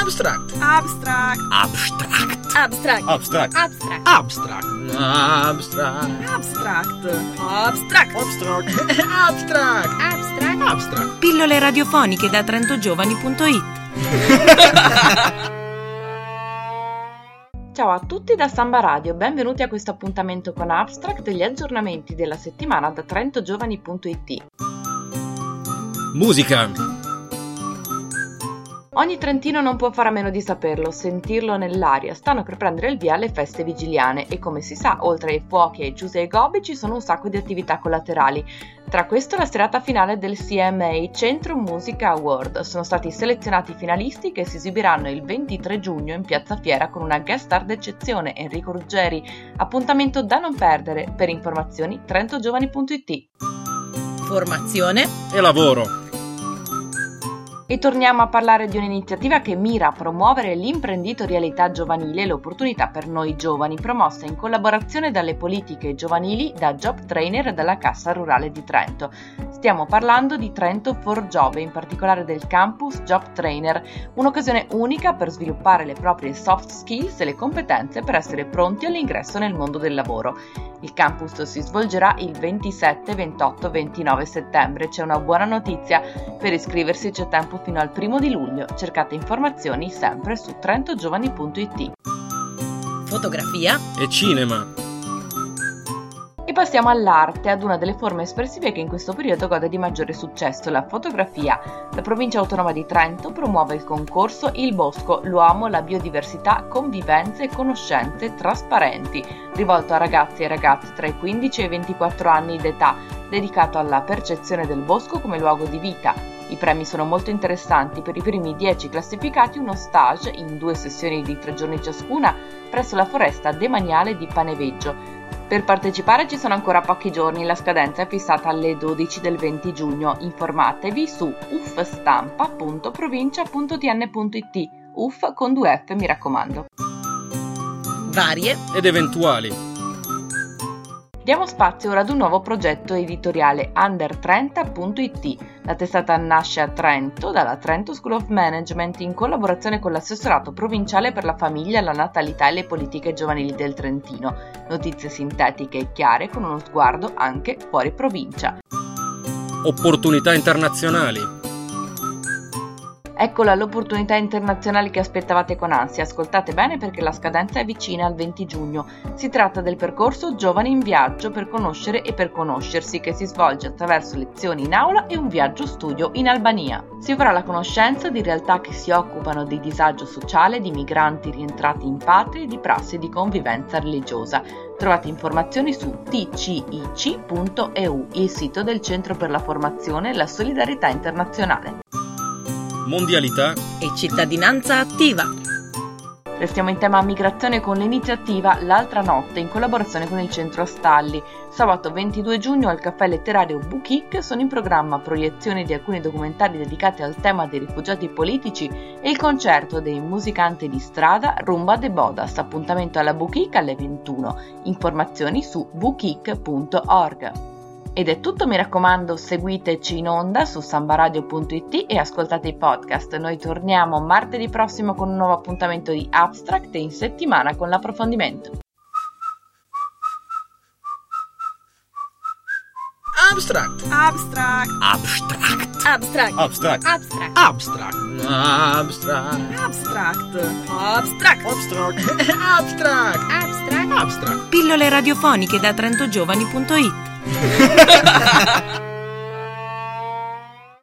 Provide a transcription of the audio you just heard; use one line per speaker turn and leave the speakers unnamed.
Abstract.
Abstract.
Abstract.
Abstract.
Abstract.
Abstract.
Abstract. Abstract.
Abstract.
Abstract.
Abstract.
Abstract.
Abstract.
Abstract.
Pillole radiofoniche da trentogiovani.it
Ciao a tutti da Samba Radio, benvenuti a questo appuntamento con Abstract e gli aggiornamenti della settimana da trentogiovani.it.
Musica.
Ogni trentino non può fare a meno di saperlo, sentirlo nell'aria, stanno per prendere il via le feste vigiliane e come si sa, oltre ai fuochi, ai giuse e ai gobbi ci sono un sacco di attività collaterali. Tra questo la serata finale del CMA Centro Musica Award. Sono stati selezionati i finalisti che si esibiranno il 23 giugno in Piazza Fiera con una guest star d'eccezione Enrico Ruggeri. Appuntamento da non perdere. Per informazioni trentogiovani.it.
Formazione.
E lavoro.
E torniamo a parlare di un'iniziativa che mira a promuovere l'imprenditorialità giovanile e l'opportunità per noi giovani, promossa in collaborazione dalle politiche giovanili, da Job Trainer e dalla Cassa Rurale di Trento. Stiamo parlando di Trento for Job, in particolare del campus Job Trainer, un'occasione unica per sviluppare le proprie soft skills e le competenze per essere pronti all'ingresso nel mondo del lavoro. Il campus si svolgerà il 27, 28, 29 settembre. C'è una buona notizia, per iscriversi c'è tempo fino al primo di luglio. Cercate informazioni sempre su trentogiovani.it.
Fotografia.
E cinema.
E passiamo all'arte, ad una delle forme espressive che in questo periodo gode di maggiore successo, la fotografia. La provincia autonoma di Trento promuove il concorso Il Bosco, l'uomo, la biodiversità, convivenze e conoscenze trasparenti, rivolto a ragazzi e ragazze tra i 15 e i 24 anni d'età, dedicato alla percezione del bosco come luogo di vita. I premi sono molto interessanti, per i primi 10 classificati uno stage in due sessioni di tre giorni ciascuna presso la foresta demaniale di Paneveggio. Per partecipare ci sono ancora pochi giorni, la scadenza è fissata alle 12 del 20 giugno. Informatevi su uffstampa.provincia.tn.it. Uff con due F mi raccomando.
Varie.
Ed eventuali.
Diamo spazio ora ad un nuovo progetto editoriale under30.it. La testata nasce a Trento dalla Trento School of Management in collaborazione con l'assessorato provinciale per la famiglia, la natalità e le politiche giovanili del Trentino. Notizie sintetiche e chiare con uno sguardo anche fuori provincia.
Opportunità internazionali.
Eccola l'opportunità internazionale che aspettavate con ansia, ascoltate bene perché la scadenza è vicina al 20 giugno. Si tratta del percorso Giovani in viaggio per conoscere e per conoscersi che si svolge attraverso lezioni in aula e un viaggio studio in Albania. Si avrà la conoscenza di realtà che si occupano di disagio sociale, di migranti rientrati in patria e di prassi di convivenza religiosa. Trovate informazioni su tcic.eu, il sito del Centro per la Formazione e la Solidarietà Internazionale.
Mondialità.
E cittadinanza attiva.
Restiamo in tema migrazione con l'iniziativa L'altra notte in collaborazione con il centro Astalli. Sabato 22 giugno al caffè letterario Bukik sono in programma proiezioni di alcuni documentari dedicati al tema dei rifugiati politici e il concerto dei musicanti di strada Rumba de Bodas, appuntamento alla Bukik alle 21. Informazioni su bukik.org. Ed è tutto, mi raccomando, seguiteci in onda su sambaradio.it e ascoltate i podcast. Noi torniamo martedì prossimo con un nuovo appuntamento di Abstract e in settimana con l'approfondimento.
Abstract.
Abstract.
Abstract.
Abstract.
Abstract.
Abstract.
Abstract. Abstract.
Abstract.
Abstract.
Abstract.
Abstract.
Abstract.
Abstract.
Pillole radiofoniche da trentogiovani.it